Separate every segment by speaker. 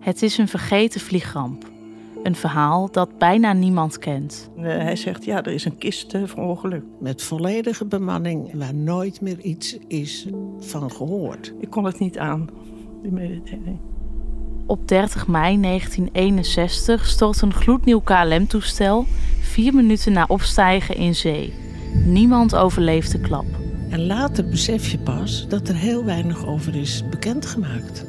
Speaker 1: Het is een vergeten vliegramp. Een verhaal dat bijna niemand kent.
Speaker 2: Eh, hij zegt, ja, er is een kist eh, verongelukt.
Speaker 3: Met volledige bemanning waar nooit meer iets is van gehoord.
Speaker 2: Ik kon het niet aan, die mededeling.
Speaker 1: Op 30 mei 1961 stort een gloednieuw KLM-toestel vier minuten na opstijgen in zee. Niemand overleeft de klap.
Speaker 3: En later besef je pas dat er heel weinig over is bekendgemaakt.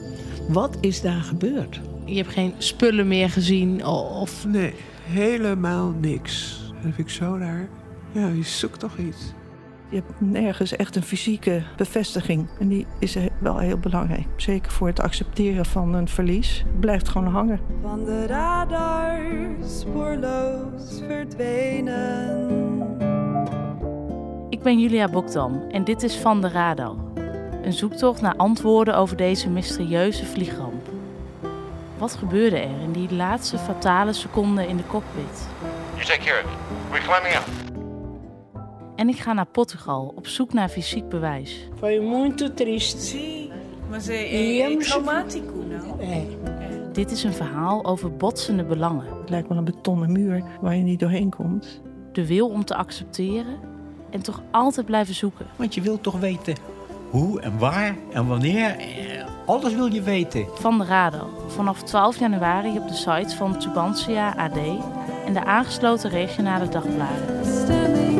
Speaker 3: Wat is daar gebeurd?
Speaker 4: Je hebt geen spullen meer gezien o- of
Speaker 5: Nee, helemaal niks. Dat vind ik zo raar. Ja, je zoekt toch iets.
Speaker 2: Je hebt nergens echt een fysieke bevestiging. En die is he- wel heel belangrijk. Zeker voor het accepteren van een verlies. Het blijft gewoon hangen.
Speaker 6: van de radar spoorloos verdwenen.
Speaker 1: Ik ben Julia Bokdam en dit is Van de Radar. Een zoektocht naar antwoorden over deze mysterieuze vliegramp. Wat gebeurde er in die laatste fatale seconde in de cockpit?
Speaker 7: You take care of it. We're climbing up.
Speaker 1: En ik ga naar Portugal op zoek naar fysiek bewijs.
Speaker 8: Foi muito triste.
Speaker 9: Mas é,
Speaker 8: E
Speaker 9: é, é
Speaker 8: íamos-
Speaker 9: traumático, não?
Speaker 8: É.
Speaker 1: Dit is een verhaal over botsende belangen.
Speaker 2: Het lijkt wel een betonnen muur waar je niet doorheen komt.
Speaker 1: De wil om te accepteren en toch altijd blijven zoeken.
Speaker 10: Want je wilt toch weten hoe en waar en wanneer. Eh, Alles wil je weten.
Speaker 1: Van de Radar. Vanaf 12 januari op de site van Tubantia AD en de aangesloten regionale dagbladen.
Speaker 6: Stemming.